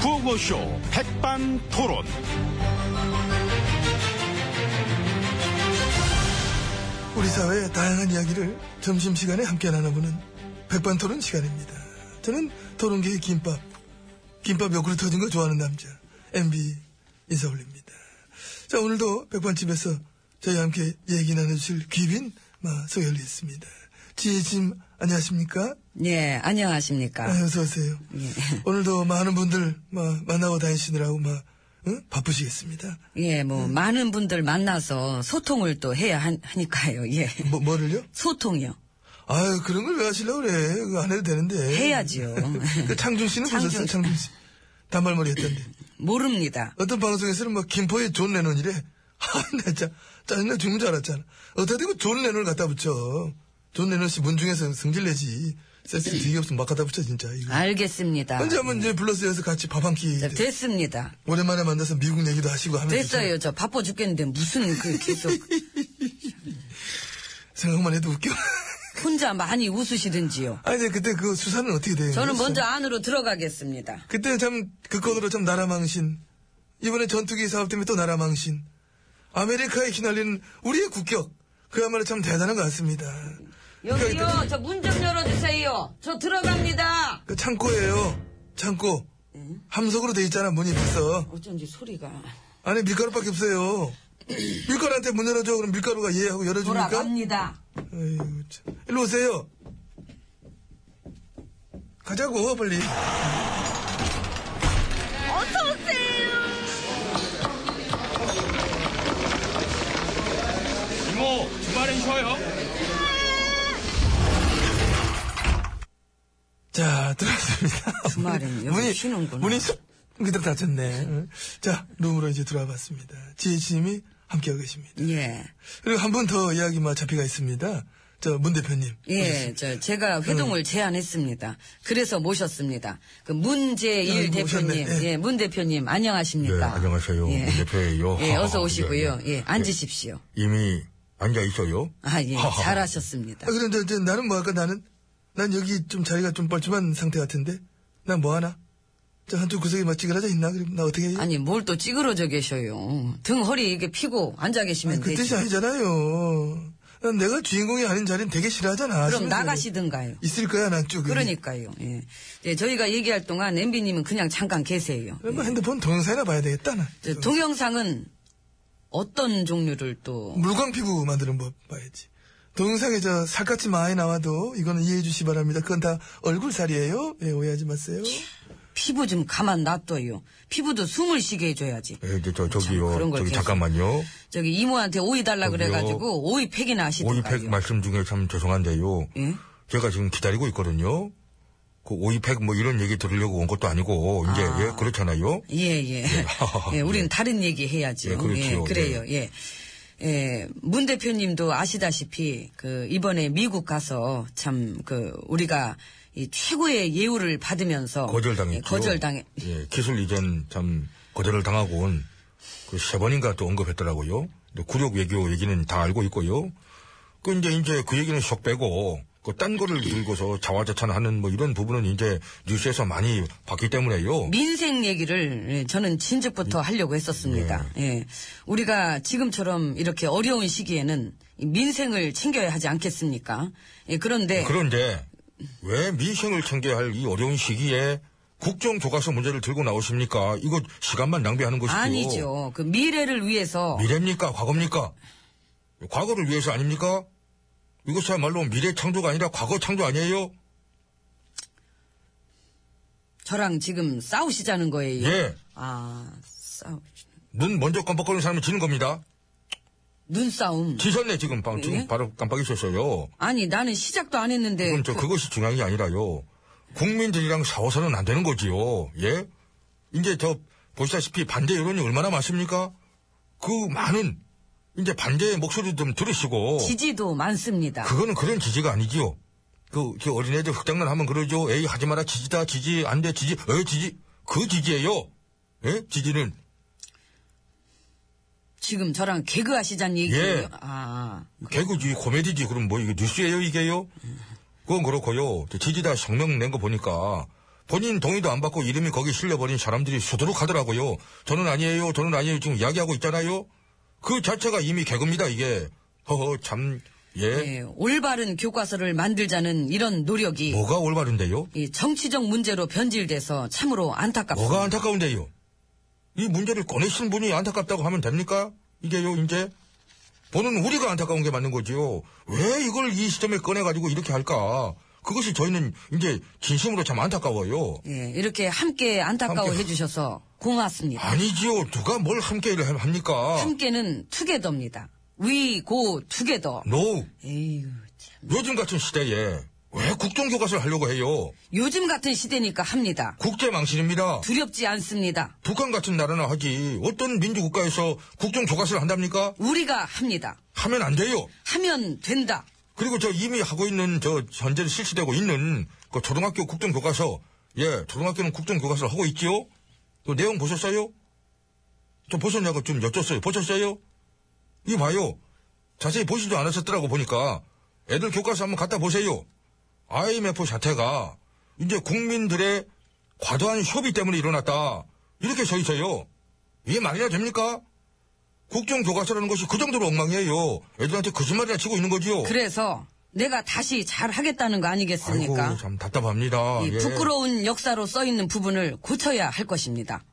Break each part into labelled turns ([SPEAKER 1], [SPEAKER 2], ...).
[SPEAKER 1] 구호쇼 백반토론.
[SPEAKER 2] 우리 사회의 다양한 이야기를 점심시간에 함께 나눠보는 백반토론 시간입니다. 저는 토론계의 김밥, 김밥 옆으로 터진 거 좋아하는 남자, MB 인사올립니다. 자, 오늘도 백반집에서 저희와 함께 얘기 나눠주실 귀빈 마, 소열이 있습니다. 지혜진, 안녕하십니까?
[SPEAKER 3] 예, 안녕하십니까.
[SPEAKER 2] 아, 어서오세요. 오늘도 많은 분들 마, 만나고 다니시느라고 마, 응? 바쁘시겠습니다.
[SPEAKER 3] 예, 뭐, 많은 분들 만나서 소통을 또 해야 하, 니까요 예.
[SPEAKER 2] 뭐, 뭐를요?
[SPEAKER 3] 소통이요.
[SPEAKER 2] 아유, 그런 걸 왜 하시려고 그래. 그거 안 해도 되는데.
[SPEAKER 3] 해야지요.
[SPEAKER 2] 그 창준 씨는
[SPEAKER 3] 창준
[SPEAKER 2] 보셨어요,
[SPEAKER 3] 씨.
[SPEAKER 2] 창준 씨. 단발머리 했던데.
[SPEAKER 3] 모릅니다.
[SPEAKER 2] 어떤 방송에서는 뭐, 김포의 존 레논이래. 아, 나 진짜 짜증나 죽는 줄 알았잖아. 어떻게 그 존 레논을 갖다 붙여. 존 레논 씨 문중에서 성질 내지. 센스 되게 없으면 막 갖다 붙여, 진짜. 이거.
[SPEAKER 3] 알겠습니다.
[SPEAKER 2] 언제 한번 이제 불러서 여기서 같이 밥 한 끼.
[SPEAKER 3] 아, 네. 자, 됐습니다.
[SPEAKER 2] 오랜만에 만나서 미국 얘기도 하시고 하면 되죠.
[SPEAKER 3] 됐어요. 저 바빠 죽겠는데 무슨 그 계속
[SPEAKER 2] 생각만 해도 웃겨.
[SPEAKER 3] 혼자 많이 웃으시든지요.
[SPEAKER 2] 아니, 근데 그때 그 수사는 어떻게 돼요?
[SPEAKER 3] 저는
[SPEAKER 2] 수사?
[SPEAKER 3] 먼저 안으로 들어가겠습니다.
[SPEAKER 2] 그때 참 극건으로 참 나라망신. 이번에 전투기 사업 때문에 또 나라망신. 아메리카에 휘날리는 우리의 국격. 그야말로 참 대단한 것 같습니다.
[SPEAKER 3] 여기요, 저 문 좀 열어주세요. 저 들어갑니다.
[SPEAKER 2] 그 창고예요. 창고. 함석으로 돼 있잖아 문이 벌써.
[SPEAKER 3] 어쩐지 소리가
[SPEAKER 2] 안에 밀가루밖에 없어요. 밀가루한테 문 열어줘. 그럼 밀가루가 예 하고 열어줍니까?
[SPEAKER 3] 돌아갑니다.
[SPEAKER 2] 아이고, 참. 일로 오세요. 가자고 빨리.
[SPEAKER 1] 이모, 주말엔 쉬어요.
[SPEAKER 2] 자, 들어왔습니다.
[SPEAKER 3] 주말엔 여기 쉬는구나.
[SPEAKER 2] 문이 쑥! 그대로 닫혔네. 응. 자, 룸으로 이제 들어와 봤습니다. 지혜씨님이 함께하고 계십니다.
[SPEAKER 3] 예.
[SPEAKER 2] 그리고 한 분 더 이야기 마 잡히가 있습니다. 저, 문 대표님.
[SPEAKER 3] 예, 저 제가 회동을 제안했습니다. 그래서 모셨습니다. 그 문재일
[SPEAKER 2] 아이고,
[SPEAKER 3] 대표님,
[SPEAKER 2] 오셨네. 예.
[SPEAKER 3] 예. 문 대표님 안녕하십니까?
[SPEAKER 4] 네, 안녕하세요.
[SPEAKER 3] 예.
[SPEAKER 4] 문 대표예요.
[SPEAKER 3] 예, 어서 오시고요.
[SPEAKER 4] 네, 네.
[SPEAKER 3] 예, 앉으십시오.
[SPEAKER 4] 이미 앉아 있어요.
[SPEAKER 3] 아, 예,
[SPEAKER 4] 하하.
[SPEAKER 2] 아,
[SPEAKER 3] 잘하셨습니다.
[SPEAKER 2] 그럼 저, 저, 나는 뭐 할까, 나는? 난 여기 좀 자리가 좀 뻘쭘한 상태 같은데? 난 뭐 하나? 저, 한쪽 구석에 막 찌그러져 있나? 그럼 나 어떻게 해?
[SPEAKER 3] 아니, 뭘 또 찌그러져 계셔요. 등 허리 이게 피고 앉아 계시면
[SPEAKER 2] 그 뜻이
[SPEAKER 3] 되죠.
[SPEAKER 2] 아니잖아요. 난 내가 주인공이 아닌 자리는 되게 싫어하잖아.
[SPEAKER 3] 그럼
[SPEAKER 2] 실제로.
[SPEAKER 3] 나가시든가요.
[SPEAKER 2] 있을 거야, 난 쭉. 여기.
[SPEAKER 3] 그러니까요. 예. 예, 저희가 얘기할 동안 MB님은 그냥 잠깐 계세요.
[SPEAKER 2] 그럼 뭐 핸드폰 동영상이나 봐야 되겠다, 나.
[SPEAKER 3] 저 동영상은 어떤 종류를 또
[SPEAKER 2] 물광 피부 만드는 법 봐야지. 동영상에 저 살갗이 많이 나와도 이거는 이해해 주시 기 바랍니다. 그건 다 얼굴 살이에요. 예, 오해하지 마세요.
[SPEAKER 3] 피부 좀 가만 놔둬요. 피부도 숨을 쉬게 해줘야지.
[SPEAKER 4] 예, 저,
[SPEAKER 3] 참,
[SPEAKER 4] 저,
[SPEAKER 3] 그런
[SPEAKER 4] 저기요.
[SPEAKER 3] 걸
[SPEAKER 4] 저기
[SPEAKER 3] 계속.
[SPEAKER 4] 잠깐만요.
[SPEAKER 3] 저기 이모한테 오이 달라
[SPEAKER 4] 저기요.
[SPEAKER 3] 그래가지고 오이 팩이나 하시던가요.
[SPEAKER 4] 오이팩 말씀 중에 참 죄송한데요.
[SPEAKER 3] 예?
[SPEAKER 4] 제가 지금 기다리고 있거든요. 그 오이팩 뭐 이런 얘기 들으려고 온 것도 아니고 이제
[SPEAKER 3] 아.
[SPEAKER 4] 예, 그렇잖아요.
[SPEAKER 3] 예, 예. 예, 우린 다른 얘기 해야죠.
[SPEAKER 4] 예, 그렇지요.
[SPEAKER 3] 예, 그래요. 예. 예, 문 대표님도 아시다시피 그 이번에 미국 가서 참 그 우리가 이 최고의 예우를 받으면서
[SPEAKER 4] 거절당했죠.
[SPEAKER 3] 거절당해.
[SPEAKER 4] 예, 기술 이전 참 거절을 당하고 온 그 세 번인가 또 언급했더라고요. 근데 굴욕 외교 얘기는 다 알고 있고요. 그 이제 이제 그 얘기는 쏙 빼고 그 딴 거를 들고서 자화자찬하는 뭐 이런 부분은 이제 뉴스에서 많이 봤기 때문에요.
[SPEAKER 3] 민생 얘기를 예, 저는 진즉부터 하려고 했었습니다.
[SPEAKER 4] 네.
[SPEAKER 3] 예. 우리가 지금처럼 이렇게 어려운 시기에는 이 민생을 챙겨야 하지 않겠습니까? 예, 그런데
[SPEAKER 4] 아, 그런데 왜 민생을 챙겨야 할 이 어려운 시기에 국정 교과서 문제를 들고 나오십니까? 이거 시간만 낭비하는 것이고
[SPEAKER 3] 아니죠. 그 미래를 위해서
[SPEAKER 4] 미래입니까? 과거입니까? 과거를 위해서 아닙니까? 이것이야말로 미래 창조가 아니라 과거 창조 아니에요?
[SPEAKER 3] 저랑 지금 싸우시자는 거예요.
[SPEAKER 4] 예.
[SPEAKER 3] 아, 싸우시.
[SPEAKER 4] 눈 먼저 깜빡거리는 사람이 지는 겁니다.
[SPEAKER 3] 눈싸움.
[SPEAKER 4] 지셨네 지금 방 지금
[SPEAKER 3] 예?
[SPEAKER 4] 바로 깜빡이셨어요.
[SPEAKER 3] 아니, 나는 시작도 안 했는데.
[SPEAKER 4] 그럼 저 그것이 중요한 게 아니라요. 국민들이랑 싸워서는 안 되는 거지요. 예? 이제 저 보시다시피 반대 여론이 얼마나 많습니까? 그 많은 이제 반대의 목소리 좀 들으시고
[SPEAKER 3] 지지도 많습니다.
[SPEAKER 4] 그거는 그런 지지가 아니지요. 그, 저 어린애들 흑장난 하면 그러죠. 에이 하지 마라 지지다 지지 안 돼 지지 에 지지 그 지지예요. 예? 지지는
[SPEAKER 3] 지금 저랑 개그하시자는
[SPEAKER 4] 네.
[SPEAKER 3] 얘기예요. 아,
[SPEAKER 4] 개그지 코미디지 그럼 뭐 이게 뉴스예요 이게요? 그건 그렇고요. 저 지지다 성명 낸 거 보니까 본인 동의도 안 받고 이름이 거기 실려버린 사람들이 수두룩하더라고요. 저는 아니에요. 저는 아니에요. 지금 이야기하고 있잖아요. 그 자체가 이미 개그입니다. 이게 허허 참 예.
[SPEAKER 3] 예, 올바른 교과서를 만들자는 이런 노력이
[SPEAKER 4] 뭐가 올바른데요?
[SPEAKER 3] 이 정치적 문제로 변질돼서 참으로 안타깝습니다.
[SPEAKER 4] 뭐가 안타까운데요? 이 문제를 꺼내신 분이 안타깝다고 하면 됩니까? 이게요, 이제? 보는 우리가 안타까운 게 맞는 거지요. 왜 이걸 이 시점에 꺼내가지고 이렇게 할까? 그것이 저희는 이제 진심으로 참 안타까워요.
[SPEAKER 3] 예, 이렇게 함께 안타까워
[SPEAKER 4] 함께.
[SPEAKER 3] 해주셔서 고맙습니다.
[SPEAKER 4] 아니지요. 누가 뭘 함께 일을 합니까?
[SPEAKER 3] 함께는 투게더입니다. 위고 투게더.
[SPEAKER 4] 노.
[SPEAKER 3] 에휴, 참.
[SPEAKER 4] 요즘 같은 시대에 왜 국정교과서를 하려고 해요?
[SPEAKER 3] 요즘 같은 시대니까 합니다.
[SPEAKER 4] 국제망신입니다.
[SPEAKER 3] 두렵지 않습니다.
[SPEAKER 4] 북한 같은 나라나 하지. 어떤 민주국가에서 국정교과서를 한답니까?
[SPEAKER 3] 우리가 합니다.
[SPEAKER 4] 하면 안 돼요.
[SPEAKER 3] 하면 된다.
[SPEAKER 4] 그리고 저 이미 하고 있는 저 현재 실시되고 있는 그 초등학교 국정교과서 예 초등학교는 국정교과서를 하고 있지요. 그 내용 보셨어요? 좀 보셨냐고 좀 여쭸어요. 보셨어요? 이 봐요. 자세히 보시지 않으셨더라고 보니까 애들 교과서 한번 갖다 보세요. IMF 사태가 이제 국민들의 과도한 소비 때문에 일어났다 이렇게 써 있어요. 이게 말이나 됩니까? 국정교과서라는 것이 그 정도로 엉망이에요. 애들한테 거짓말이나 치고 있는 거지요.
[SPEAKER 3] 그래서 내가 다시 잘 하겠다는 거 아니겠습니까?
[SPEAKER 4] 아이고 참 답답합니다.
[SPEAKER 3] 이
[SPEAKER 4] 예.
[SPEAKER 3] 부끄러운 역사로 써 있는 부분을 고쳐야 할 것입니다.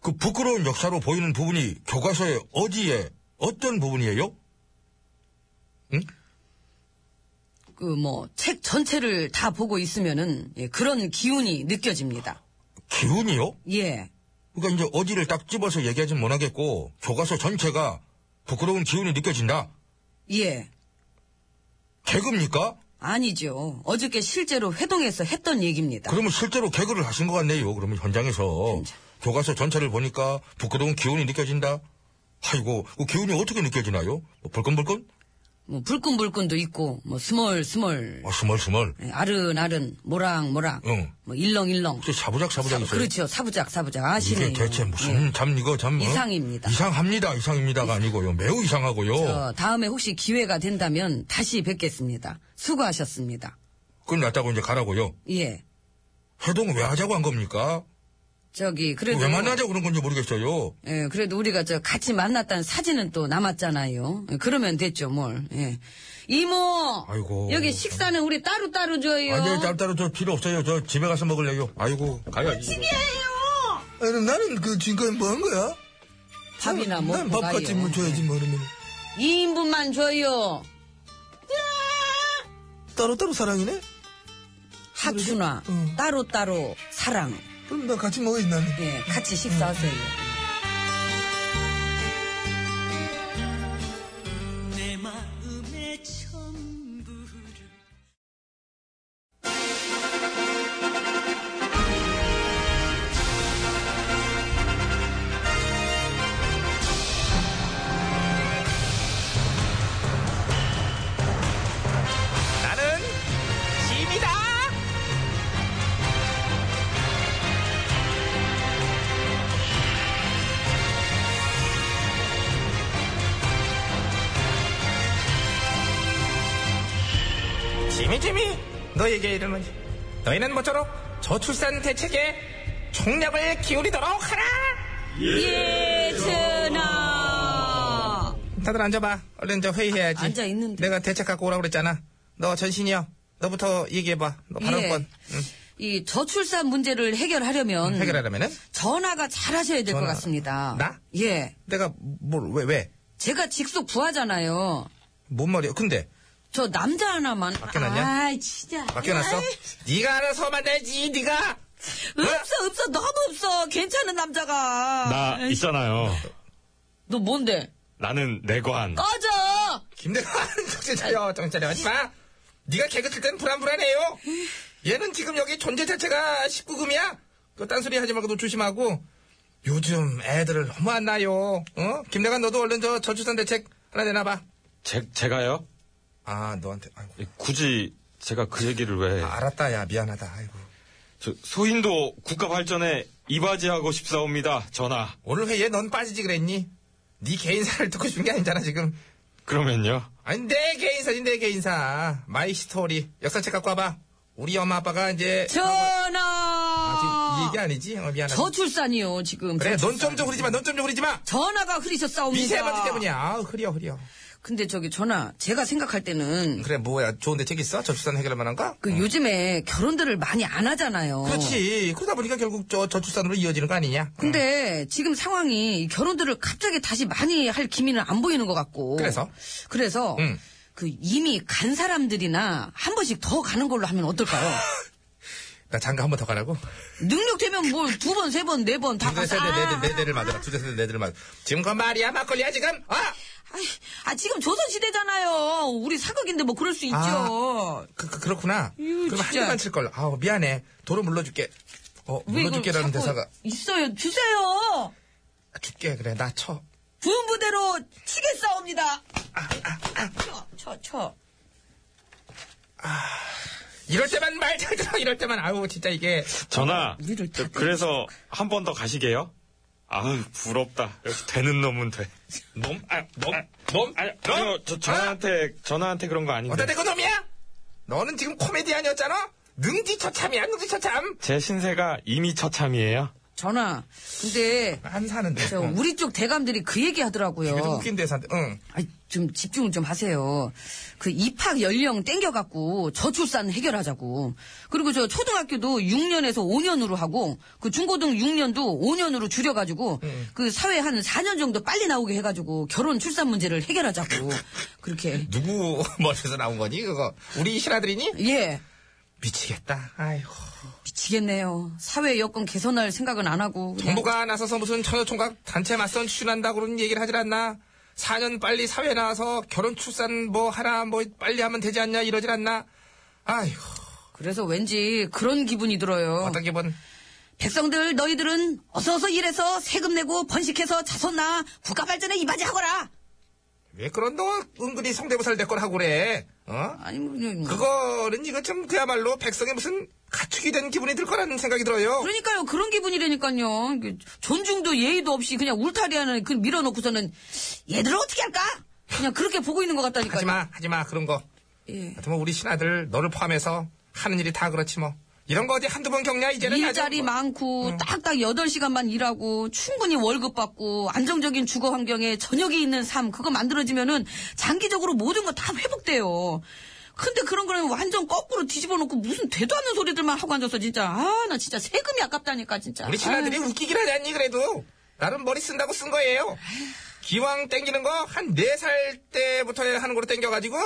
[SPEAKER 4] 그 부끄러운 역사로 보이는 부분이 교과서의 어디에 어떤 부분이에요?
[SPEAKER 3] 그 뭐 책 전체를 다 보고 있으면은 예, 그런 기운이 느껴집니다.
[SPEAKER 4] 기운이요?
[SPEAKER 3] 예.
[SPEAKER 4] 그러니까 이제 어디를 딱 집어서 얘기하진 못하겠고 교과서 전체가 부끄러운 기운이 느껴진다.
[SPEAKER 3] 예.
[SPEAKER 4] 개그입니까?
[SPEAKER 3] 아니죠. 어저께 실제로 회동에서 했던 얘기입니다.
[SPEAKER 4] 그러면 실제로 개그를 하신 것 같네요. 그러면 현장에서
[SPEAKER 3] 진짜.
[SPEAKER 4] 교과서 전체를 보니까 부끄러운 기운이 느껴진다. 아이고 그 기운이 어떻게 느껴지나요? 뭐 불끈불끈?
[SPEAKER 3] 뭐 불끈불끈도 있고 뭐 스멀 스멀
[SPEAKER 4] 아, 스멀스멀.
[SPEAKER 3] 예, 아른아른 모락모락
[SPEAKER 4] 응.
[SPEAKER 3] 뭐 일렁일렁
[SPEAKER 4] 혹시 사부작사부작 있어요?
[SPEAKER 3] 그렇죠. 사부작 사부작 아시네요.
[SPEAKER 4] 이게 대체 무슨
[SPEAKER 3] 예.
[SPEAKER 4] 참 이거 참 어?
[SPEAKER 3] 이상입니다.
[SPEAKER 4] 이상합니다. 이상입니다가 아니고요. 매우 이상하고요.
[SPEAKER 3] 저 다음에 혹시 기회가 된다면 다시 뵙겠습니다. 수고하셨습니다.
[SPEAKER 4] 끝났다고 이제 가라고요.
[SPEAKER 3] 예.
[SPEAKER 4] 해동 왜 하자고 한 겁니까?
[SPEAKER 3] 저기 그래도
[SPEAKER 4] 왜 만나자고 그런 건지 모르겠어요.
[SPEAKER 3] 예, 그래도 우리가 저 같이 만났다는 사진은 또 남았잖아요. 예, 그러면 됐죠, 뭘. 예. 이모.
[SPEAKER 4] 아이고.
[SPEAKER 3] 여기 식사는 우리 따로 따로 줘요.
[SPEAKER 4] 아니 따로따로 저 필요 없어요. 저 집에 가서 먹을래요. 아이고 가야지.
[SPEAKER 2] 아니, 나는 그 지금까지 뭐 한 거야?
[SPEAKER 3] 밥이나 먹고
[SPEAKER 2] 난밥 같이
[SPEAKER 3] 가요. 네.
[SPEAKER 2] 뭐 줘야지 뭐 그러면
[SPEAKER 3] 2인분만 줘요.
[SPEAKER 2] 따로따로 사랑이네?
[SPEAKER 3] 하춘아.
[SPEAKER 5] 어.
[SPEAKER 2] 응.
[SPEAKER 3] 따로 따로 사랑.
[SPEAKER 2] 그럼 나 같이 먹어야지 나는
[SPEAKER 3] 예, 같이 식사하세요.
[SPEAKER 1] 나는 짐이다.
[SPEAKER 5] 지미 지미 너에게 이름은 너희는 모쪼록 저출산 대책에 총력을 기울이도록 하라 음.
[SPEAKER 3] 예, 천아.
[SPEAKER 5] 다들 앉아봐 얼른 저 회의해야지
[SPEAKER 3] 앉아 있는데.
[SPEAKER 5] 내가 대책 갖고 오라고 그랬잖아 너 전신이야 너부터 얘기해봐 너
[SPEAKER 3] 예.
[SPEAKER 5] 발언권 응,
[SPEAKER 3] 이 저출산 문제를 해결하려면
[SPEAKER 5] 음, 해결하려면은
[SPEAKER 3] 전화가 잘 하셔야 될 것
[SPEAKER 5] 전화.
[SPEAKER 3] 같습니다.
[SPEAKER 5] 나?
[SPEAKER 3] 예.
[SPEAKER 5] 내가 뭘왜 왜?
[SPEAKER 3] 제가 직속 부하잖아요.
[SPEAKER 5] 뭔 말이야 근데
[SPEAKER 3] 저 남자 하나만.
[SPEAKER 5] 맡겨놨냐?
[SPEAKER 3] 아, 진짜.
[SPEAKER 5] 맡겨놨어?
[SPEAKER 3] 아이,
[SPEAKER 5] 네가 알아서 만나지 네가
[SPEAKER 3] 없어, 없어. 너무 없어. 괜찮은 남자가.
[SPEAKER 1] 나 있잖아요.
[SPEAKER 3] 너 뭔데?
[SPEAKER 1] 나는 내관.
[SPEAKER 3] 꺼져!
[SPEAKER 5] 김대관 정신 차려 정신 차려 하지마 네가 개그 칠 때는 불안불안해요 얘는 지금 여기 존재 자체가 19금이야 그 딴소리 하지 말고 너 조심하고 요즘 애들을 너무 안 나요 어? 김대관 너도 얼른 저 저출산 대책 하나 내놔봐
[SPEAKER 6] 제, 제가요?
[SPEAKER 5] 아 너한테 아이고
[SPEAKER 6] 굳이 제가 그 얘기를 왜.
[SPEAKER 5] 아, 알았다 야 미안하다 아이고
[SPEAKER 6] 저 소인도 국가 발전에 이바지하고 싶사옵니다, 전하.
[SPEAKER 5] 오늘 회의에 넌 빠지지 그랬니? 네 개인사를 듣고 싶은 게 아니잖아 지금
[SPEAKER 6] 그러면요?
[SPEAKER 5] 아니 내 개인사지 내 개인사 마이 스토리 역사책 갖고 와봐 우리 엄마 아빠가 이제
[SPEAKER 3] 전화!
[SPEAKER 5] 지금 이 얘기 아니지? 어, 미안하다.
[SPEAKER 3] 저출산이요 지금.
[SPEAKER 5] 그래,
[SPEAKER 3] 저출산.
[SPEAKER 5] 넌 좀 좀 흐리지 마, 넌 좀 좀 흐리지 마!
[SPEAKER 3] 전화가 흐리셔 싸웁니다.
[SPEAKER 5] 미세먼지 때문이야. 아, 흐려, 흐려.
[SPEAKER 3] 근데 저기 전화 제가 생각할 때는
[SPEAKER 5] 그래, 뭐야, 좋은 대책 있어? 저출산 해결할 만한 거?
[SPEAKER 3] 그 요즘에 결혼들을 많이 안 하잖아요.
[SPEAKER 5] 그렇지. 그러다 보니까 결국 저, 저출산으로 이어지는 거 아니냐?
[SPEAKER 3] 근데
[SPEAKER 5] 음.
[SPEAKER 3] 지금 상황이 이 결혼들을 갑자기 다시 많이 할 기미는 안 보이는 것 같고.
[SPEAKER 5] 그래서? 음.
[SPEAKER 3] 그래서
[SPEAKER 5] 응.
[SPEAKER 3] 그 이미 간 사람들이나 한 번씩 더 가는 걸로 하면 어떨까요?
[SPEAKER 5] 나 장가 한 번 더 가라고?
[SPEAKER 3] 능력되면 뭘 두 번, 세 번, 네 번 다
[SPEAKER 5] 두세
[SPEAKER 3] 가서
[SPEAKER 5] 세대,
[SPEAKER 3] 아,
[SPEAKER 5] 네 대, 네 대를 맞아라. 두세 세대, 네 대를 맞아. 지금 그 말이야, 막걸리야, 지금? 어?
[SPEAKER 3] 아이, 아, 지금 조선시대잖아요. 우리 사극인데 뭐 그럴 수 있죠.
[SPEAKER 5] 그, 그, 그렇구나. 그럼 한
[SPEAKER 3] 진짜.
[SPEAKER 5] 대만 칠걸. 아우, 미안해. 도로 물러줄게. 어,
[SPEAKER 3] 왜 이걸
[SPEAKER 5] 물러줄게라는
[SPEAKER 3] 자꾸
[SPEAKER 5] 대사가.
[SPEAKER 3] 있어요. 주세요.
[SPEAKER 5] 줄게, 그래. 나 쳐.
[SPEAKER 3] 부음부대로 치겠사옵니다.
[SPEAKER 5] 아,
[SPEAKER 3] 쳐, 쳐, 쳐.
[SPEAKER 5] 이럴 때만 말 잘 들어. 이럴 때만. 아우, 진짜 이게.
[SPEAKER 6] 전화.
[SPEAKER 3] 우리를 다
[SPEAKER 6] 그래서 한 번 더 가시게요? 아우 부럽다. 역시 되는 놈은 돼. 놈? 아, 놈? 놈? 아니, 어?
[SPEAKER 1] 어?
[SPEAKER 6] 아니요, 저 전화한테 전화한테 그런 거 아닌데.
[SPEAKER 5] 어따 대고 놈이야? 너는 지금 코미디언이었잖아? 능지처참이야, 능지처참.
[SPEAKER 6] 제 신세가 이미 처참이에요.
[SPEAKER 3] 전화. 근데
[SPEAKER 5] 안 사는데.
[SPEAKER 3] 저
[SPEAKER 5] 응.
[SPEAKER 3] 우리 쪽 대감들이 그 얘기
[SPEAKER 5] 그래도
[SPEAKER 3] 하더라고요.
[SPEAKER 5] 웃긴 대사인데, 응.
[SPEAKER 3] 아이, 좀 집중을 좀 하세요. 그 입학 연령 땡겨갖고 저출산 해결하자고. 그리고 저 초등학교도 6년에서 5년으로 하고 그 중고등 6년도 5년으로 줄여가지고 그 사회 한 4년 정도 빨리 나오게 해가지고 결혼 출산 문제를 해결하자고 그렇게.
[SPEAKER 5] 누구 머리에서 나온 거니, 그거? 우리 신하들이니?
[SPEAKER 3] 예.
[SPEAKER 5] 미치겠다. 아이고.
[SPEAKER 3] 미치겠네요. 사회 여건 개선할 생각은 안 하고. 그냥
[SPEAKER 5] 정부가 나서서 무슨 처녀총각 단체 맞선 추진한다 그런 얘기를 하질 않나? 4년 빨리 사회 나와서 결혼 출산 뭐 하나 뭐 빨리 하면 되지 않냐 이러질 않나? 아이고.
[SPEAKER 3] 그래서 왠지 그런 기분이 들어요.
[SPEAKER 5] 어떤 기분?
[SPEAKER 3] 백성들 너희들은 어서어서 일해서 세금 내고 번식해서 자손나 국가 발전에 이바지하거라.
[SPEAKER 5] 왜 그런 너 은근히 성대모사를 내걸 하고 그래? 어?
[SPEAKER 3] 아니 뭐, 뭐, 뭐.
[SPEAKER 5] 그거는 이거 참 그야말로 백성의 무슨 가축이 된 기분이 들 거라는 생각이 들어요.
[SPEAKER 3] 그러니까요 그런 기분이라니까요. 이게 존중도 예의도 없이 그냥 울타리하는 그 밀어놓고서는 얘들을 어떻게 할까? 그냥 그렇게 보고 있는 것 같다니까요.
[SPEAKER 5] 하지마, 하지마 그런 거.
[SPEAKER 3] 예.
[SPEAKER 5] 하여튼 뭐 우리 신하들 너를 포함해서 하는 일이 다 그렇지 뭐. 이런 거 어디 한두 번 겪냐 이제는 아주
[SPEAKER 3] 일자리
[SPEAKER 5] 뭐.
[SPEAKER 3] 많고 딱딱 8시간만 일하고 충분히 월급 받고 안정적인 주거 환경에 저녁이 있는 삶 그거 만들어지면은 장기적으로 모든 거 다 회복돼요. 근데 그런 거는 완전 거꾸로 뒤집어 놓고 무슨 되도 않는 소리들만 하고 앉아서 진짜 아 나 진짜 세금이 아깝다니까 진짜.
[SPEAKER 5] 우리 신하들이
[SPEAKER 3] 아유,
[SPEAKER 5] 웃기긴 하잖니 그래도 나름 머리 쓴다고 쓴 거예요 기왕 땡기는 거 한 네 살 때부터 하는 거로 땡겨가지고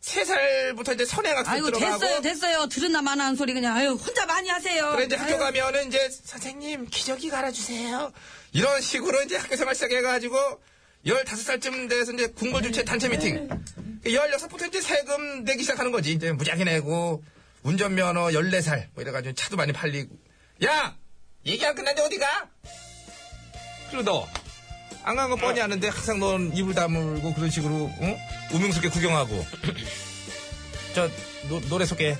[SPEAKER 5] 세 살부터 이제 선행학습
[SPEAKER 3] 아이고
[SPEAKER 5] 들어가고
[SPEAKER 3] 됐어요 됐어요 들으나 마나 한 소리 그냥 아유 혼자 많이 하세요.
[SPEAKER 5] 그래 이제 학교
[SPEAKER 3] 아유,
[SPEAKER 5] 가면은 이제 선생님 기저귀 갈아주세요 이런 식으로 이제 학교 생활 시작해가지고 15살쯤 돼서 이제 궁궐 주최 단체 미팅 16부터 이제 세금 내기 시작하는 거지 이제 무지하게 내고 운전면허 14살 뭐 이래가지고 차도 많이 팔리고 야! 얘기 안 끝났는데 어디가? 그리고 너, 안 간 거 뻔히 아는데 항상 넌 입을 다물고 그런 식으로, 응? 우명스럽게 구경하고. 저, 노, 노래 소개.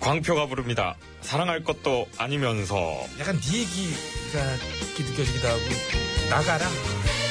[SPEAKER 6] 광표가 부릅니다. 사랑할 것도 아니면서.
[SPEAKER 5] 약간 네 얘기가 이렇게 느껴지기도 하고. 나가라.